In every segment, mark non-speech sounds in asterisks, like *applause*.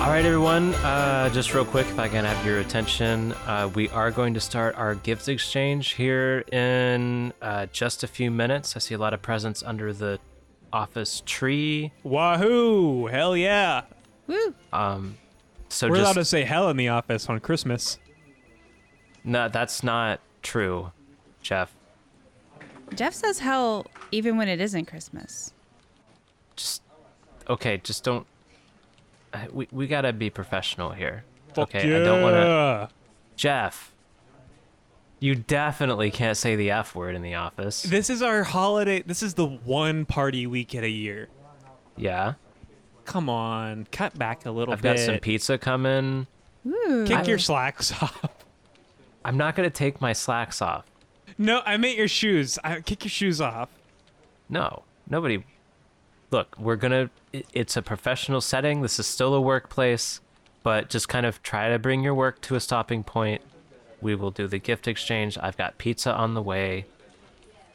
All right, everyone. Uh, just real quick, if I can have your attention, uh, we are going to start our gift exchange here in uh, just a few minutes. I see a lot of presents under the office tree. Wahoo! Hell yeah! So We're allowed just to say hell in the office on Christmas. no, that's not true, Jeff. Jeff says hell even when it isn't Christmas. Just okay. Just don't. I- We we gotta be professional here. okay, I don't want to. Jeff, you definitely can't say the F word in the office. This is our holiday. This is the one party we get a year. Yeah. Come on, cut back a little I've bit. got some pizza coming. Ooh. Kick your slacks *laughs* off. I'm not gonna take my slacks off. No, I meant your shoes. I, kick your shoes off. No, nobody. Look, we're gonna. it- It's a professional setting. This is still a workplace, but just kind of try to bring your work to a stopping point. We will do the gift exchange. I've got pizza on the way.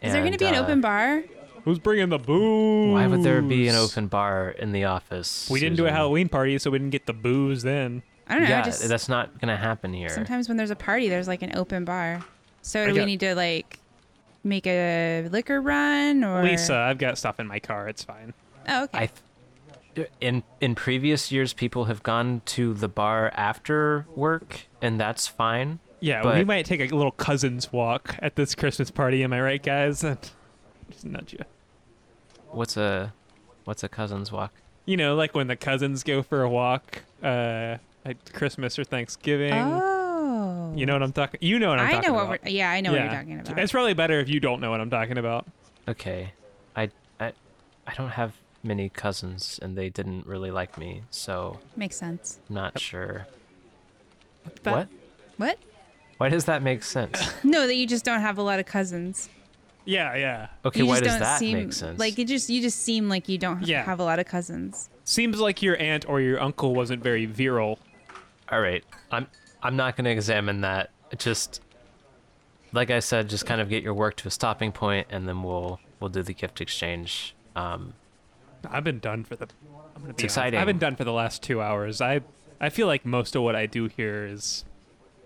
uh, Is there going to be an open bar? Who's bringing the booze? Why would there be an open bar in the office? We didn't do a Susan? Halloween party, so we didn't get the booze then. I don't know. I Yeah, just, that's not gonna happen here. sometimes when there's a party, there's like an open bar. So do I we got- need to like make a liquor run or Lisa, I've got stuff in my car. It's fine. Oh, okay. I th- uh, in in previous years, people have gone to the bar after work, and that's fine. Yeah, we But- might take a little cousin's walk at this Christmas party. Am I right, guys? *laughs* Just nudge you. What's a what's a cousin's walk? You know, like when the cousins go for a walk uh, at Christmas or Thanksgiving. oh. You know what I'm talking. You know what I'm I talking know about. what we're, yeah, I know what you're talking about. It's probably better if you don't know what I'm talking about. Okay, I I I don't have many cousins, and they didn't really like me, so Makes sense. I'm not sure. the- What? What? Why does that make sense? No, that *laughs* you just don't have a lot of cousins. Yeah, yeah. Okay, you why just does don't that seem make sense? like it just you just seem like you don't Yeah. have a lot of cousins. Seems like your aunt or your uncle wasn't very virile. All right, I'm I'm not gonna examine that. Just like I said, just kind of get your work to a stopping point, and then we'll we'll do the gift exchange. Um, I've been done for the. I'm gonna be honest. exciting. I've been done for the last two hours. I I feel like most of what I do here is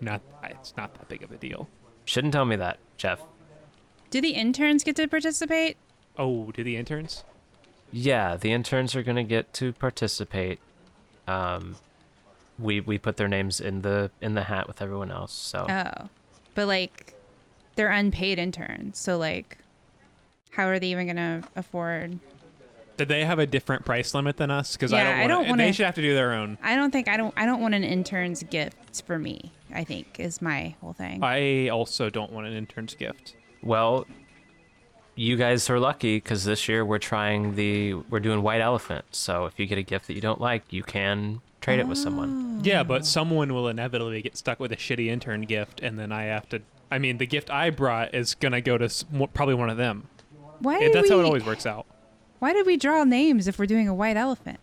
not. It's not that big of a deal. shouldn't tell me that, Jeff. Do the interns get to participate? Oh, do the interns? Yeah, the interns are gonna get to participate. Um, we we put their names in the in the hat with everyone else. So Oh. But like they're unpaid interns, so like how are they even gonna afford Did they have a different price limit than us? Because Yeah, I I don't. don't Want to. They wanna- should have to do their own. I don't think I don't I don't want an intern's gift for me, I think, is my whole thing. I also don't want an intern's gift. well, you guys are lucky because this year we're trying the we're doing white elephant. So if you get a gift that you don't like, you can trade it with someone. Yeah, Oh. but someone will inevitably get stuck with a shitty intern gift, and then I have to. I mean, the gift I brought is gonna go to s- mo- probably one of them. Why Yeah, did that's we, how it always works out. Why did we draw names if we're doing a white elephant?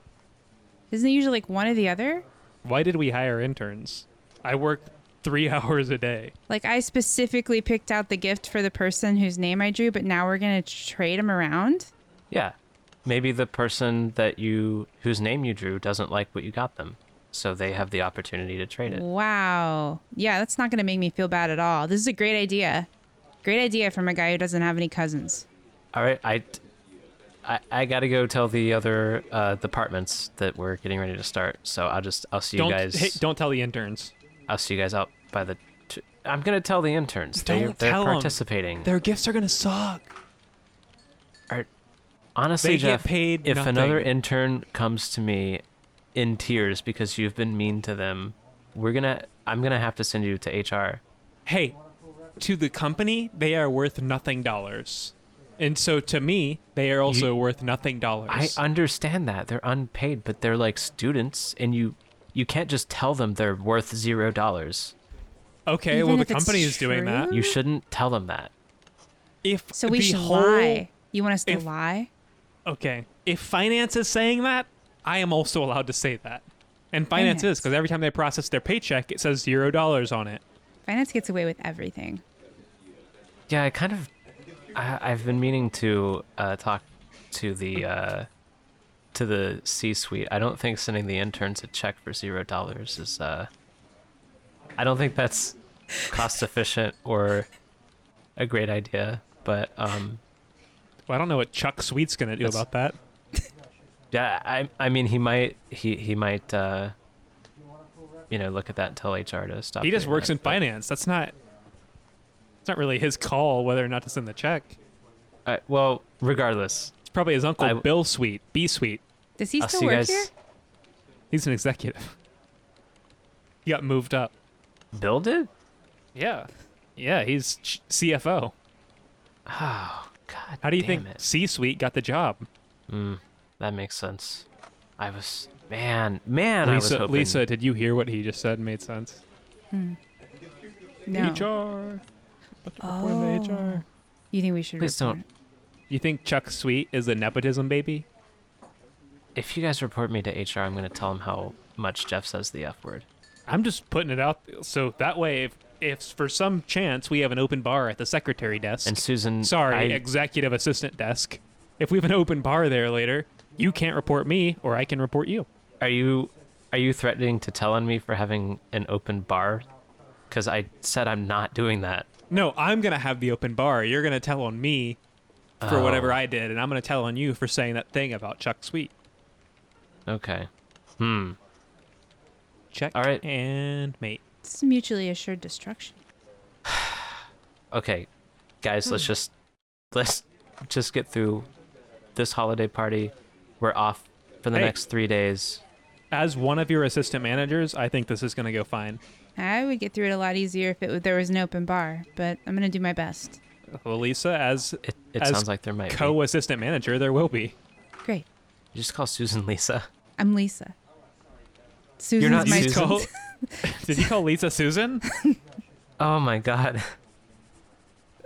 Isn't it usually like one or the other? Why did we hire interns? I work three *laughs* hours a day. Like I specifically picked out the gift for the person whose name I drew, but now we're gonna trade them around. Yeah, maybe the person that you whose name you drew doesn't like what you got them, so they have the opportunity to trade it. Wow. Yeah, that's not gonna make me feel bad at all. This is a great idea. Great idea from a guy who doesn't have any cousins. All right, I. I, I gotta go tell the other uh, departments that we're getting ready to start. So I'll just I'll see you don't guys. hey, don't tell the interns. I'll see you guys out by the. T- I'm gonna tell the interns. They, Don't they're tell 'em. participating. Their gifts are gonna suck. Are- honestly, They get Jeff, paid if another nothing. intern comes to me in tears because you've been mean to them, we're gonna. I'm gonna have to send you to HR. Hey, to the company, they are worth nothing dollars, and so to me, they are also worth nothing I dollars. understand that they're unpaid, but they're like students, and you you can't just tell them they're worth zero dollars. okay, Even well the if it's company is doing that. true? You shouldn't tell them that. If So we the should whole- lie. You want us to if- lie? Okay. If finance is saying that, I am also allowed to say that. And finance, is Finance. because every time they process their paycheck, it says zero dollars on it. Finance gets away with everything. Yeah, I kind of. I, I've been meaning to uh, talk to the uh, to to the C-suite, I don't think sending the interns a check for zero dollars is. Uh, I don't think that's cost efficient or a great idea. But um, Well, I don't know what Chuck Sweet's gonna do That's- about that. yeah, I I mean he might he he might uh, you know look at that and tell HR to stop. He just doing works that, in but- finance. That's not. It's not really his call whether or not to send the check. Uh, well, regardless, It's probably his uncle I- Bill Sweet, B Sweet. Does he I'll still see you work guys. here? He's an executive. *laughs* He got moved up. Bill did. Yeah, yeah. He's ch- CFO. Oh God. How do you damn think it. C Suite got the job? That makes sense. I was man, man. I was Lisa, hoping. Lisa, did you hear what he just said? Made sense. No. HR. Put the report Oh. on the HR. You think we should? Please report don't. it? You think Chuck Sweet is a nepotism baby? If you guys report me to HR, I'm gonna tell them how much Jeff says the F word. I'm just putting it out so that way, if, if for some chance we have an open bar at the secretary desk, And Susan, sorry, I, executive assistant desk, if we have an open bar there later, you can't report me or I can report you. are you are you threatening to tell on me for having an open bar? Because I said I'm not doing that. No, I'm gonna have the open bar. You're gonna tell on me for Oh. whatever I did, and I'm gonna tell on you for saying that thing about Chuck Sweet. Okay. Check All right. and mate. It's mutually assured destruction. Okay, guys, let's just let's just get through this holiday party. We're off for the Hey. next three days. As one of your assistant managers, I think this is gonna go fine. I would get through it a lot easier if it w- there was an open bar, but I'm gonna do my best. Well, Lisa, as It, it As sounds like there might be. co-assistant manager, there will be. Great. You just call Susan Lisa. I'm Lisa. Susan's not my Susan. Call- *laughs* Did you call Lisa Susan? Oh my god.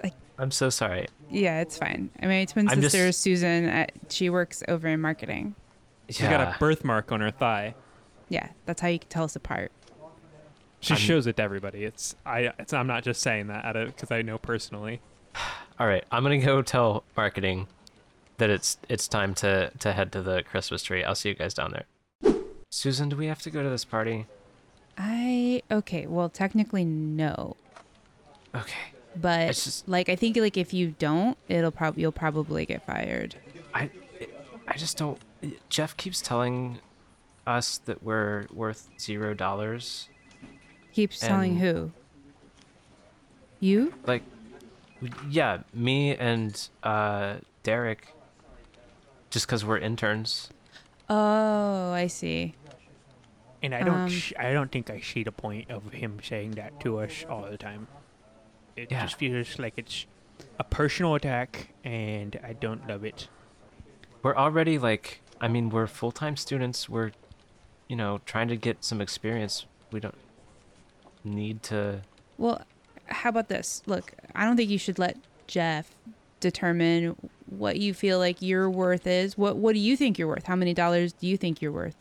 Like- I'm so sorry. *laughs* Yeah, it's fine. I mean, my twin I'm just- sister Susan. At, she works over in marketing. Yeah. She's got a birthmark on her thigh. Yeah, that's how you can tell us apart. She I'm- shows it to everybody. It's I. It's, I'm not just saying that out of because I know personally. All right, I'm gonna go tell marketing that it's it's time to to head to the Christmas tree. I'll see you guys down there. Susan, do we have to go to this party? I okay. Well, technically no, Okay. but It's just- like I think like if you don't, it'll probably you'll probably get fired. I I just don't. Jeff keeps telling us that we're worth zero dollars. Keeps telling And- who. You? Like, yeah, me and uh, Derek. Just because we're interns. Oh, I see. And I don't Um, I don't think I see the point of him saying that to us all the time. It Yeah. just feels like it's a personal attack, and I don't love it. we're already like i mean we're full-time students we're you know trying to get some experience we don't need to Well, how about this? Look, I don't think you should let Jeff determine what you feel like your worth is. What What do you think you're worth? How many dollars do you think you're worth?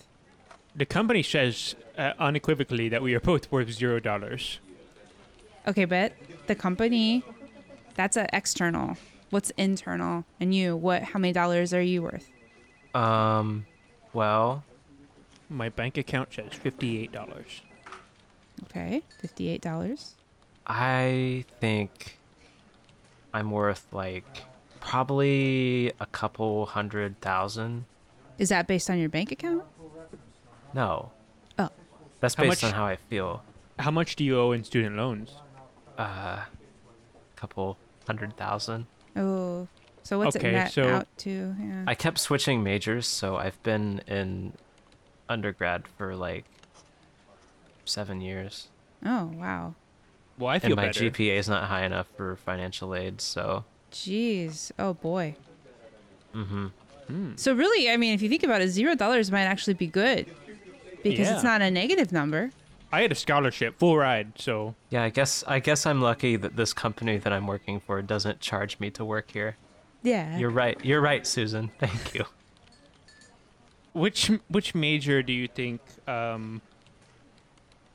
The company says uh, unequivocally that we are both worth zero dollars. Okay, but the company, that's a external. What's internal? And you, what? How many dollars are you worth? um well My bank account says fifty-eight dollars. Okay, fifty-eight dollars. i think i'm worth like probably a couple hundred thousand Is that based on your bank account? no Oh, that's How based much- on how i feel How much do you owe in student loans? uh couple hundred thousand oh. So what's Okay, it net so- out to? Yeah. I kept switching majors, so I've been in undergrad for like seven years, oh wow. Well, I and feel my better. GPA is not high enough for financial aid. So Jeez. Oh boy. Mm-hmm. Mhm. Hmm. So really, I mean, if you think about it, zero dollars might actually be good because Yeah. it's not a negative number. I had a scholarship, full ride, so yeah, I guess I guess I'm lucky that this company that I'm working for doesn't charge me to work here. Yeah. You're right. You're right, Susan. *laughs* Thank you. Which which major do you think? Um,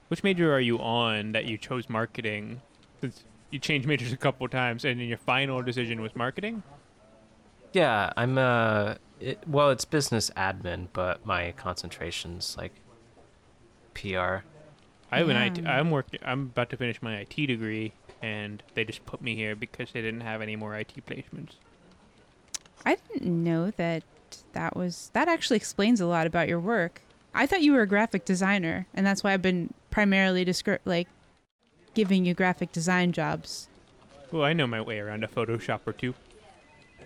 which major are you on that you chose marketing? Since you changed *laughs* majors a couple times, and then your final decision was marketing. Yeah, I'm a it, well, it's business admin, but my concentration's like PR. I have an IT. Yeah. I'm working. I'm about to finish my IT degree, and they just put me here because they didn't have any more IT placements. I didn't know that that was that actually explains a lot about your work. I thought you were a graphic designer, and that's why I've been primarily descri- like giving you graphic design jobs. Well, I know my way around a Photoshop or two.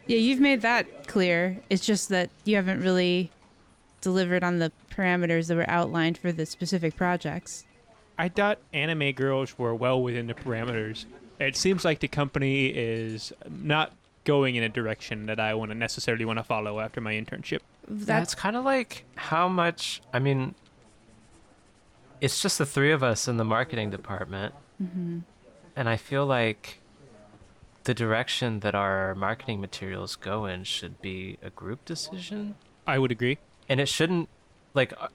Yeah, you've made that clear. It's just that you haven't really delivered on the parameters that were outlined for the specific projects. I thought anime girls were well within the parameters. It seems like the company is not going in a direction that I want to necessarily want to follow after my internship. That's kind of like how much. I mean, it's just the three of us in the marketing department, and I feel like the direction that our marketing materials go in should be a group decision, I would agree. and it shouldn't like uh,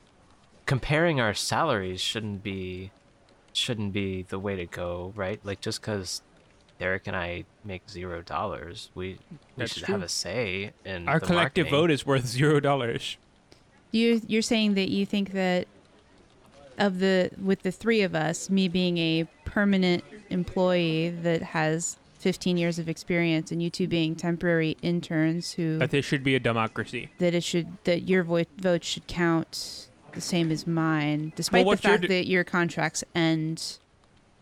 comparing our salaries shouldn't be shouldn't be the way to go, right? Like just because Derek and I make zero dollars, we we That's should true. have a say in Our the collective marketing. vote is worth *laughs* zero dollars. You you're saying that you think that of the with the three of us, me being a permanent employee that has 15 years of experience and you two being temporary interns who That this should be a democracy. that it should that your vo- vote should count the same as mine despite the what's your fact d- that your contracts end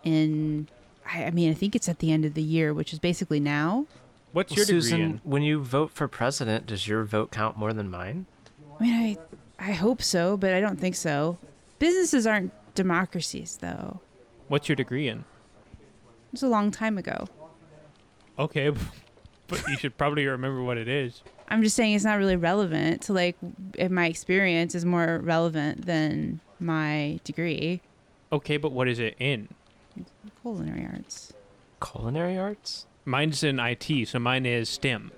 in I I mean, I think it's at the end of the year, which is basically now. What's Well, your Susan, degree in? when you vote for president, does your vote count more than mine? I mean, I I hope so, but I don't think so. Businesses aren't democracies, though. What's your degree in? It was a long time ago. Okay, *laughs* but you should probably remember what it is. I'm just saying it's not really relevant to like if my experience is more relevant than my degree Okay, but what is it in? culinary arts. Culinary arts? Mine's in IT, so mine is STEM.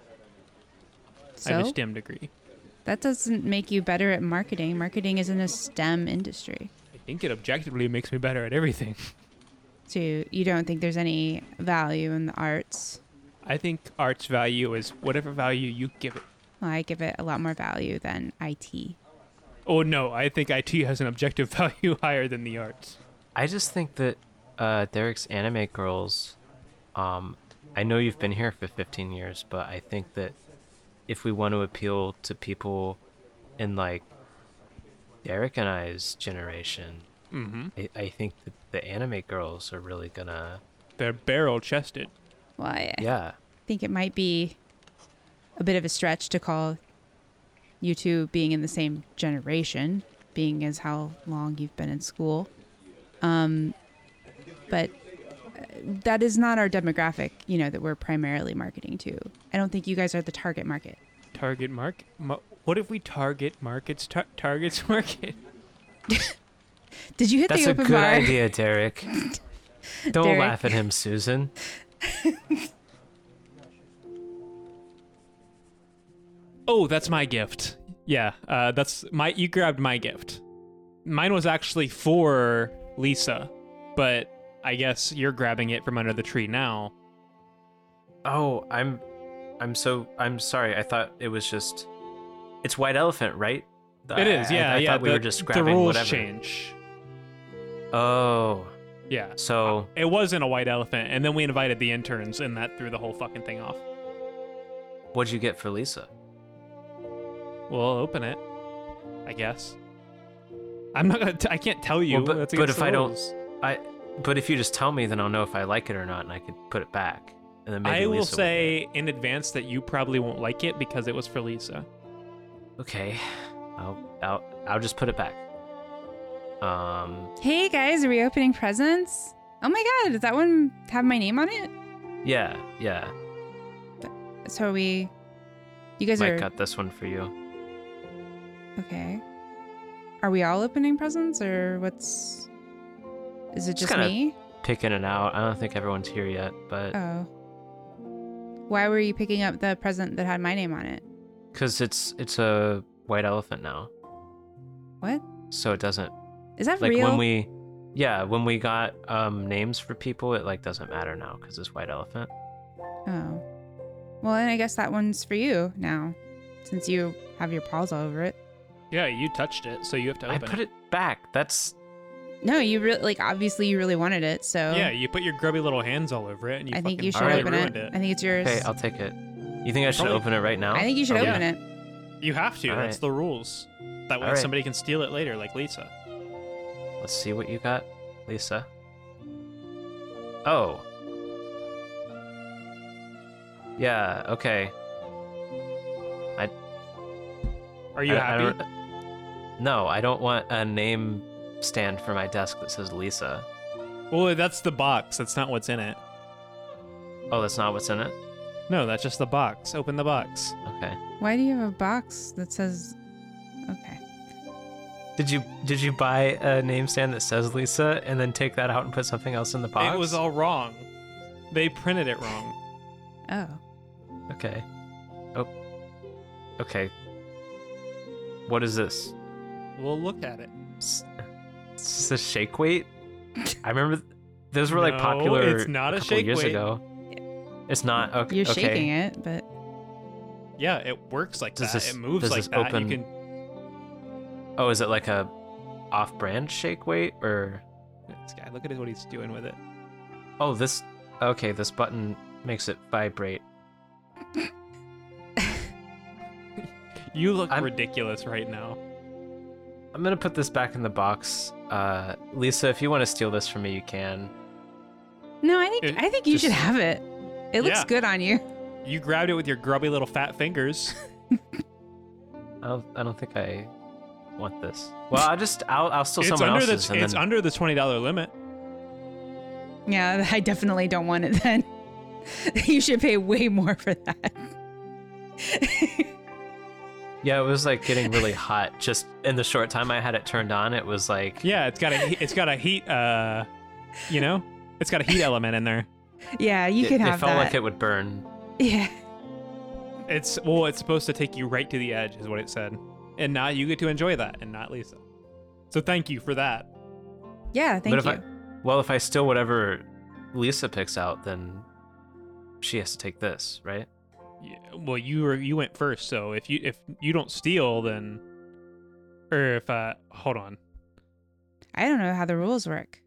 I have a So STEM degree. that doesn't make you better at marketing. Marketing is in a STEM industry. I think it objectively makes me better at everything. *laughs* So you don't think there's any value in the arts? I think art's value is whatever value you give it. Well, I give it a lot more value than IT. Oh no, I think IT has an objective *laughs* value higher than the arts. I just think that uh, Derek's anime girls. Um, I know you've been here for 15 years, but I think that if we want to appeal to people in like Derek and I's generation, Mm-hmm. I, I think that the anime girls are really gonna. They're barrel chested. Well, I I Yeah. think it might be a bit of a stretch to call you two being in the same generation, being as how long you've been in school. Um, but uh, that is not our demographic, you know, that we're primarily marketing to. I don't think you guys are the target market. Target mark. Mar- what if we target markets? Tar- targets *laughs* market. Did you hit That's *laughs* the a open good bar? idea, *laughs* Derek. Don't Derek. laugh at him, Susan. Oh, that's my gift. Yeah, uh, that's my. You grabbed my gift. Mine was actually for Lisa, but I guess you're grabbing it from under the tree now. Oh, I'm I'm so I'm sorry. I thought it was just it's white elephant, right? It is. I- I- Yeah, I, yeah. thought we the, were just the grabbing rules whatever. change. Oh, Yeah. so It wasn't a white elephant, and then we invited the interns, and that threw the whole fucking thing off. what'd you get for Lisa? We'll open it, I guess. I'm not gonna. T- I can't tell you. Well, but- That's but against if the I don't- rules. I but if you just tell me, then I'll know if I like it or not, and I could put it back. And then maybe I will Lisa would get it. say in advance that you probably won't like it because it was for Lisa. okay. I'll I'll I'll just put it back. Um. Hey guys, are we opening presents? Oh my god, does that one have my name on it? Yeah. Yeah. So are we you guys Mike are got this one for you. okay. Are we all opening presents or what's is it just kinda- me? Picking it out. I don't think everyone's here yet, but Oh. Why were you picking up the present that had my name on it? because it's it's a white elephant now, What? so it doesn't Is that like real? when we yeah when we got um names for people it like doesn't matter now because it's white elephant oh. Well, then I guess that one's for you now since you have your paws all over it. Yeah, you touched it, so you have to I open put it back. That's No, you really like. Obviously, you really wanted it, so Yeah, you put your grubby little hands all over it, and you I think fucking you should already totally open ruined it. it. I think it's yours. okay. I'll take it. You think I should Probably- open it right now? Oh, I think you should Okay. open it. You have to. All That's right. the rules. That way All right. somebody can steal it later, like Lisa. Let's see what you got, Lisa. Oh. Yeah, okay. Are you I- I happy? don't- no, I don't want a name stand for my desk that says Lisa. well, that's the box. That's not what's in it. Oh, that's not what's in it? No, that's just the box. Open the box. Okay. Why do you have a box that says? Okay. Did you did you buy a name stand that says Lisa and then take that out and put something else in the box? It was all wrong. They printed it wrong. Oh, Okay. Oh. Okay. What is this? we'll look at it. S- Is this a shake weight? I remember th- those were like No, popular it's not a couple shake years weight. ago. It's not Uh, okay. you're okay. shaking it, but Yeah, it works like Does that. this- it moves does like this that. open- You can Oh, is it like a off-brand shake weight or This guy, look at what he's doing with it. Oh, this okay, this button makes it vibrate. You look I'm- ridiculous right now. I'm going to put this back in the box. Uh Lisa, if you want to steal this from me, you can. no, I think It I think you should just- have it. It looks Yeah. good on you. *laughs* You grabbed it with your grubby little fat *laughs* fingers. I don't, I don't think I want this. Well, I just I'll I'll steal it's someone under the else's it's and then under the twenty dollar limit. Yeah, *laughs* I definitely don't want it then. *laughs* you should pay way more for that. Yeah, it was like getting really hot just in the short time I had it turned on. It was like Yeah, it's got a he- it's got a heat uh, you know, it's got a heat element in there. Yeah, you it, can it have felt that. like it would burn. *laughs* yeah. It's well, it's supposed to take you right to the edge, is what it said. And now you get to enjoy that, and not Lisa. So thank you for that. Yeah, thank but if you. I well, if I steal whatever Lisa picks out, then she has to take this, right? Yeah, well, you were you went first, so if you if you don't steal, then or if uh, hold on, I don't know how the rules work.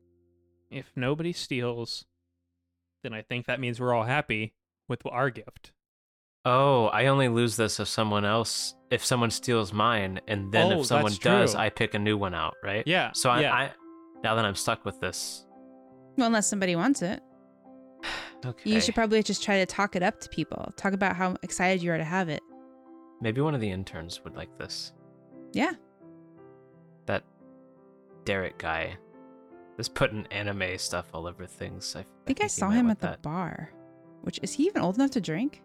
if nobody steals, then I think that means we're all happy with our gift. Oh, I only lose this if someone else if someone steals mine, and then Oh, if someone that's does, true. I pick a new one out, right? Yeah, So I, yeah. I now that I'm stuck with this. Well, unless somebody wants it. Okay. You should probably just try to talk it up to people. Talk about how excited you are to have it. Maybe one of the interns would like this. Yeah. That Derek guy. Is putting anime stuff all over things. I, I think I, he saw might him want at the that. bar. Which is he even old enough to drink?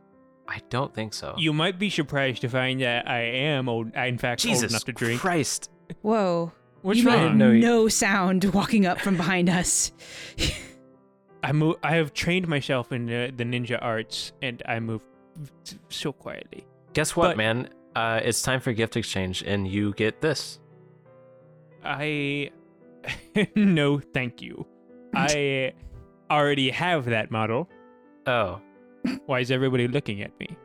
I don't think so. You might be surprised to find that I am old. I, in fact, Jesus old enough to drink. Christ! Whoa. What's you made wrong? know you- no sound walking up from behind us. I move. I have trained myself in the, the ninja arts, and I move so quietly. Guess what, But- man? Uh, it's time for gift exchange, and you get this. I *laughs* no, thank you. I already have that model. Oh, Why is everybody looking at me?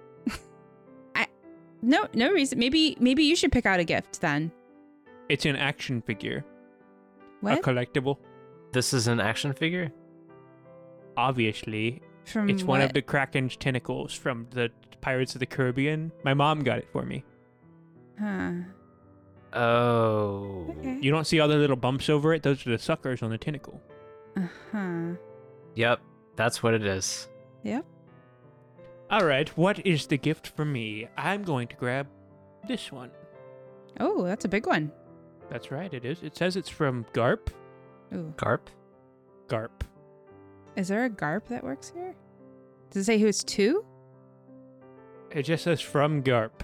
No, no reason. Maybe maybe you should pick out a gift then. It's an action figure, What? a collectible. this is an action figure. Obviously, From It's one of what? the Kraken's tentacles from the Pirates of the Caribbean. My mom got it for me. Huh. Oh, Okay. You don't see all the little bumps over it? Those are the suckers on the tentacle. Uh-huh. yep, that's what it is. Yep. All right, what is the gift for me? I'm going to grab this one. Oh, that's a big one. That's right, it is. It says it's from Garp. Ooh. Garp. Garp. Is there a Garp that works here? Does it say who it's to? It just says from Garp.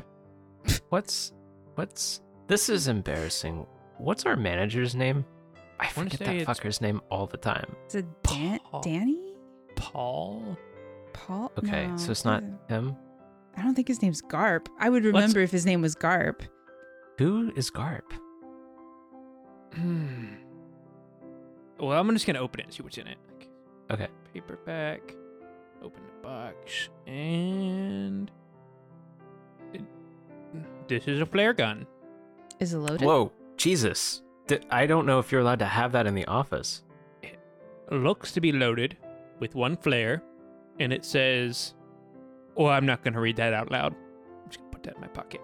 What's what's this is embarrassing. What's our manager's name? I wanna forget say that it's- fucker's name all the time. It's a Dan- Paul. Danny? Paul? Paul? Okay, No, so it's not doesn't- him. I don't think his name's Garp. I would Let's- remember if his name was Garp. Who is Garp? Hmm. well, I'm just going to open it and see what's in it. Okay. Okay. paperback, open the box, and it- This is a flare gun. Is it loaded? Whoa, Jesus. D- I don't know if you're allowed to have that in the office. Looks to be loaded with one flare, and it says, "Oh, I'm not gonna read that out loud. I'm just gonna put that in my pocket,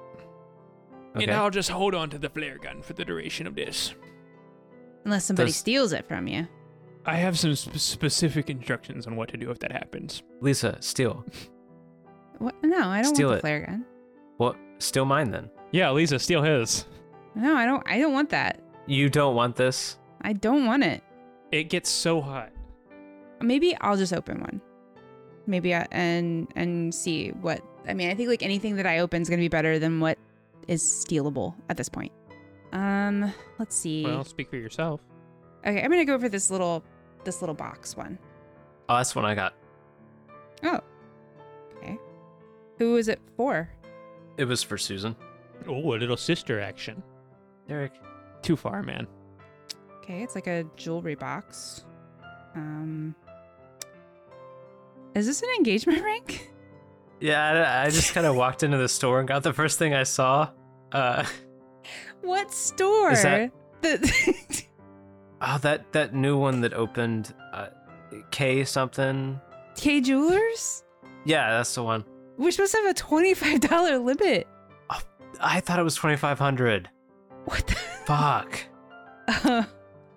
Okay. and I'll just hold on to the flare gun for the duration of this." Unless somebody Does- steals it from you. I have some sp- specific instructions on what to do if that happens. Lisa, steal. What? No, I don't Steal want the it. flare gun. Well, steal mine then. Yeah, Lisa, steal his. No, I don't. I don't want that. You don't want this? I don't want it. It gets so hot. Maybe I'll just open one. Maybe I, and and see what. I mean, I think like anything that I open is gonna be better than what is stealable at this point. Um, let's see. Well, speak for yourself. okay, I'm gonna go for this little this little box one. Oh, that's one I got. Oh. Okay. Who is it for? It was for Susan. Oh, a little sister action. Derek. Too far, man. Okay, it's like a jewelry box. Um Is this an engagement *laughs* ring? Yeah, I, I just kind of walked into the store and got the first thing I saw. Uh, What store? Is that- The- *laughs* oh, that that new one that opened, uh, K something. K Jewelers? Yeah, that's the one. We're supposed to have a twenty-five dollar limit. I thought it was twenty five hundred. What the *laughs* Fuck. uh,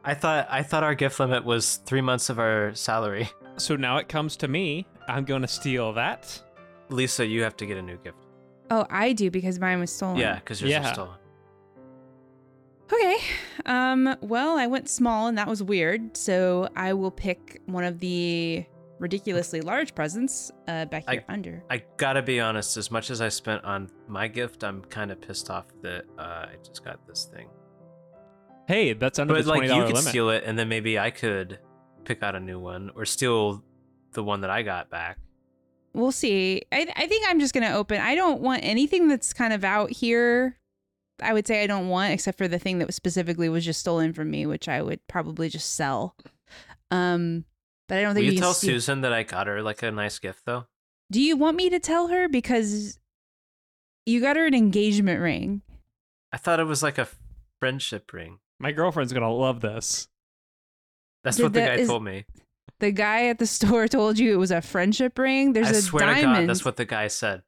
I thought I thought our gift limit was three months of our salary. So now it comes to me. I'm going to steal that. Lisa, you have to get a new gift. Oh, I do because mine was stolen. Yeah, because yours Yeah. are stolen. Okay. Um, well, I went small and that was weird, so I will pick one of the ridiculously large presents uh, back I- here under. I gotta be honest. As much as I spent on my gift, I'm kind of pissed off that uh, I just got this thing. Hey, that's under But the like, $20 you could limit. steal it, and then maybe I could pick out a new one or steal the one that I got back. We'll see. I, I think I'm just going to open. I don't want anything that's kind of out here. I would say I don't want, except for the thing that was specifically was just stolen from me, which I would probably just sell. Um, but I don't Will think you can tell see- Susan that I got her like a nice gift though? Do you want me to tell her because you got her an engagement ring? I thought it was like a friendship ring. My girlfriend's going to love this. That's Did what the that- guy is- told me. The guy at the *laughs* store told you it was a friendship ring. There's I a swear diamond. to God, that's what the guy said.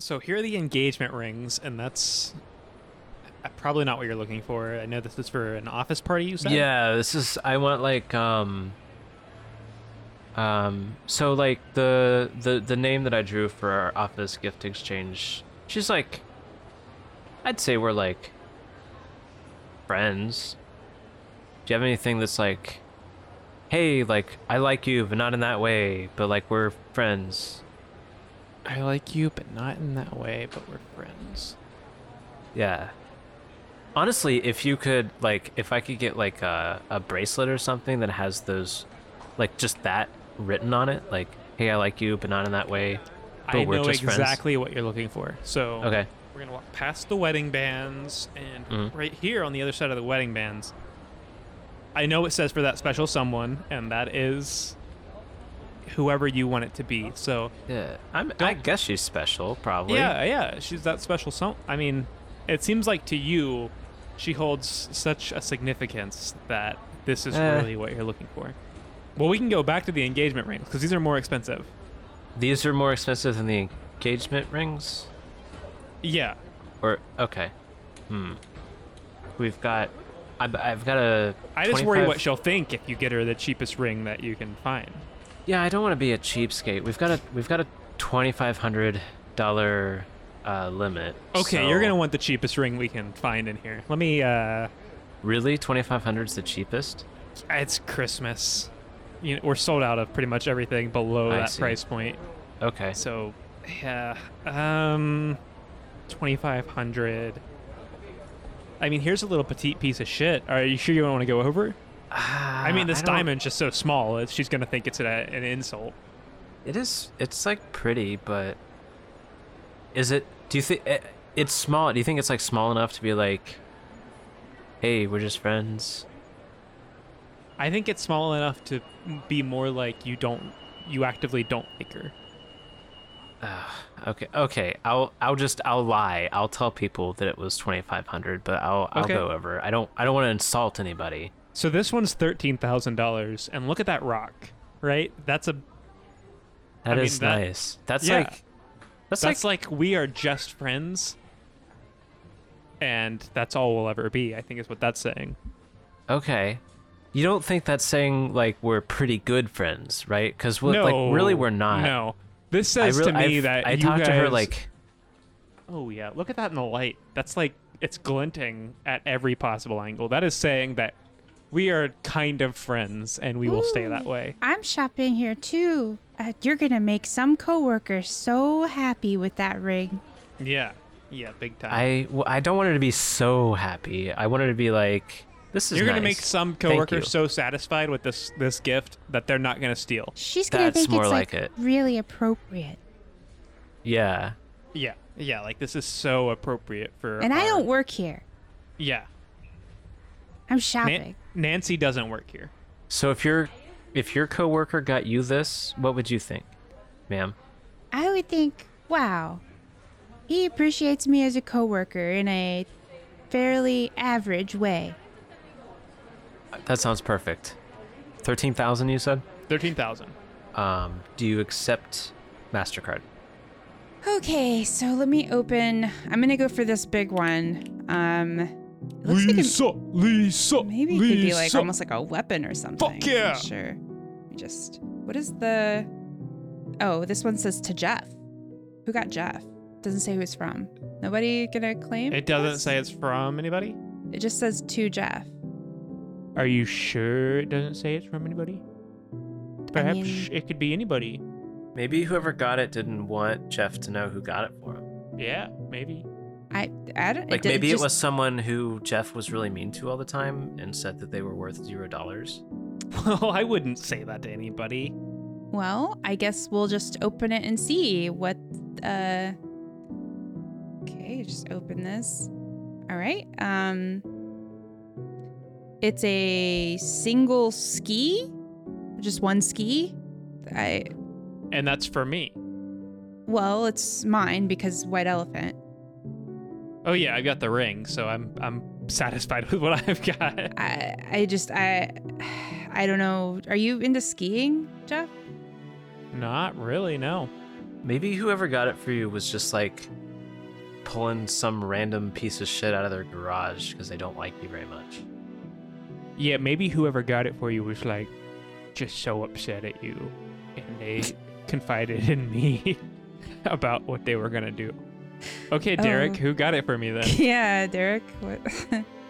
So here are the engagement rings, and that's uh, probably not what you're looking for. I know this is for an office party, you said? Yeah, this is I want like um um so like the the the name that I drew for our office gift exchange. She's like I'd say we're like friends. Do you have anything that's like hey, like I like you, but not in that way, but like we're friends. I like you, but not in that way, but we're friends. Yeah. Honestly, if you could like if I could get like a, a bracelet or something that has those like just that written on it, like, hey I like you, but not in that way. But I we're know just friends. exactly what you're looking for. So Okay. we're gonna walk past the wedding bands, and Mhm. right here on the other side of the wedding bands, I know it says for that special someone, and that is whoever you want it to be. So Yeah. I'm I guess she's special, probably. yeah, yeah, she's that special. So I mean, it seems like to you, she holds such a significance that this is Eh. really what you're looking for. Well, we can go back to the engagement rings because these are more expensive. These are more expensive than the engagement rings? Yeah, Or okay. Hmm. We've got I've, I've got a I just worry 25 what she'll think if you get her the cheapest ring that you can find. Yeah, I don't want to be a cheapskate. We've got a we've got a twenty five hundred dollar uh limit. Okay, you're so- gonna want the cheapest ring we can find in here. Let me. uh Really? 2500 is the cheapest? It's Christmas. You know, we're sold out of pretty much everything below I that see. price point. Okay. So, yeah, um, twenty five hundred. I mean, here's a little petite piece of shit. Are you sure you don't want to go over? Ah, I Uh, mean, this diamond's just so small. It's, she's gonna think it's an, an insult. It is it's like pretty, but is it do you think it's small? Do you think it's like small enough to be like hey, we're just friends? I think it's small enough to be more like you don't, you actively don't like her. Okay, okay. I'll I'll just I'll lie. I'll tell people that it was twenty five hundred, but I'll I'll Okay. go over. I don't I don't want to insult anybody. So this one's thirteen thousand dollars, and look at that rock, right? That's a That mean, is that- nice. That's yeah. like that's, that's like, like, we are just friends, and that's all we'll ever be. I think is what that's saying. okay. You don't think that's saying like we're pretty good friends, right? Because we're no, like really we're not. No, this I says really, to me I've- that I you talked to her guys- like oh yeah, look at that in the light. That's like it's glinting at every possible angle. That is saying that we are kind of friends, and we will stay Ooh. that way. I'm shopping here too. Uh, you're gonna make some coworkers so happy with that ring. Yeah, yeah, big time. I well, I don't want her to be so happy. I want her to be like this is. You're gonna nice. make some Thank you. coworkers so satisfied with this this gift that they're not gonna steal. She's gonna That's think more it's like like, it. really appropriate. yeah. Yeah, yeah, like this is so appropriate for. And I our- don't work here. Yeah, I'm Nan- shopping. Nancy doesn't work here. So if your if your coworker got you this, what would you think, ma'am? I would think, wow, he appreciates me as a coworker in a fairly average way. That sounds perfect. Thirteen thousand, you said. Thirteen thousand. Um, do you accept Mastercard? Okay, so let me open. I'm gonna go for this big one. Um, it looks like an, Lisa, maybe it could be like almost like a weapon or something. I'm not yeah. sure. Let me just. What is the? Oh, this one says to Jeff. Who got Jeff? Doesn't say who it's from. Nobody gonna claim. It doesn't this? say it's from anybody. It just says to Jeff. Are you sure it doesn't say it's from anybody? Perhaps mean- it could be anybody. Maybe whoever got it didn't want Jeff to know who got it for him. Yeah, maybe. *laughs* I I don't. Like it, did- maybe just- it was someone who Jeff was really mean to all the time and said that they were worth zero dollars. Well, I wouldn't say that to anybody. Well, I guess we'll just open it and see what. uh Okay, just open this. All right. Um, it's a single ski, just one ski. I And that's for me. well, it's mine because white elephant. Oh yeah, I've got the ring, so I'm I'm satisfied *laughs* with what I've got. I I just I *sighs* I don't know. Are you into skiing, Jeff? Not really, no. Maybe whoever got it for you was just like pulling some random piece of shit out of their garage because they don't like you very much. Yeah, maybe whoever got it for you was like just so upset at you and *laughs* they confided in me *laughs* about what they were going to do. Okay, Derek, Oh. who got it for me then? *laughs* yeah, Derek. What? *laughs*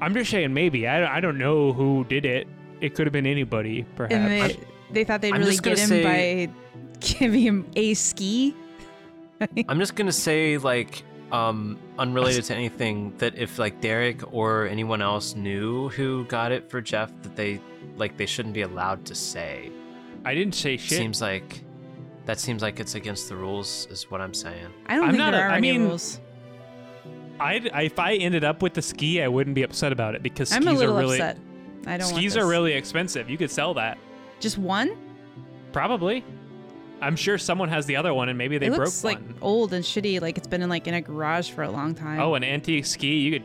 I'm just saying maybe. I don't, I don't know who did it. It could have been anybody, perhaps. and they, they thought they'd I'm really just gonna get him say- by *laughs* giving him a ski. I'm just gonna say like um unrelated to anything that if like Derek or anyone else knew who got it for Jeff that they like they shouldn't be allowed to say. I didn't say shit. Seems like that seems like it's against the rules is what I'm saying. I don't I'm think not there a- are I any mean, rules. I'd, I- if I ended up with the ski, I wouldn't be upset about it because I'm a skis are little really upset. I don't. want skis this. are really expensive. You could sell that. just one. Probably. I'm sure someone has the other one and maybe they it broke looks like one. old and shitty. Like it's been in like in a garage for a long time. Oh, an antique ski. You could,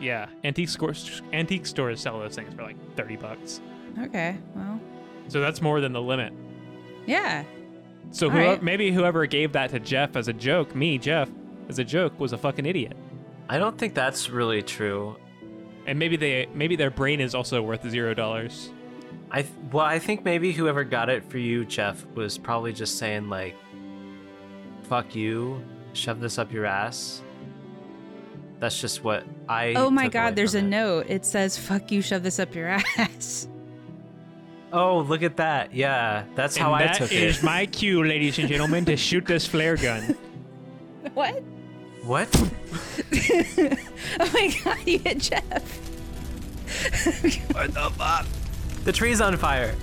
yeah, antique stores. Antique stores sell those things for like thirty bucks. okay. Well, So that's more than the limit. yeah. So All whoever, right. maybe whoever gave that to Jeff as a joke, me Jeff, as a joke, was a fucking idiot. I don't think that's really true. And maybe they, maybe their brain is also worth zero dollars. I th- well, I think maybe whoever got it for you, Jeff, was probably just saying like, "Fuck you, shove this up your ass." That's just what I. oh my took away God. There's a from it. note. It says, "Fuck you. Shove this up your *laughs* ass." Oh, look at that! Yeah, that's how and I took That is it. my cue, ladies and gentlemen, to shoot this *laughs* flare gun. what? What? Oh my *laughs* God. You hit Jeff. The tree's on fire.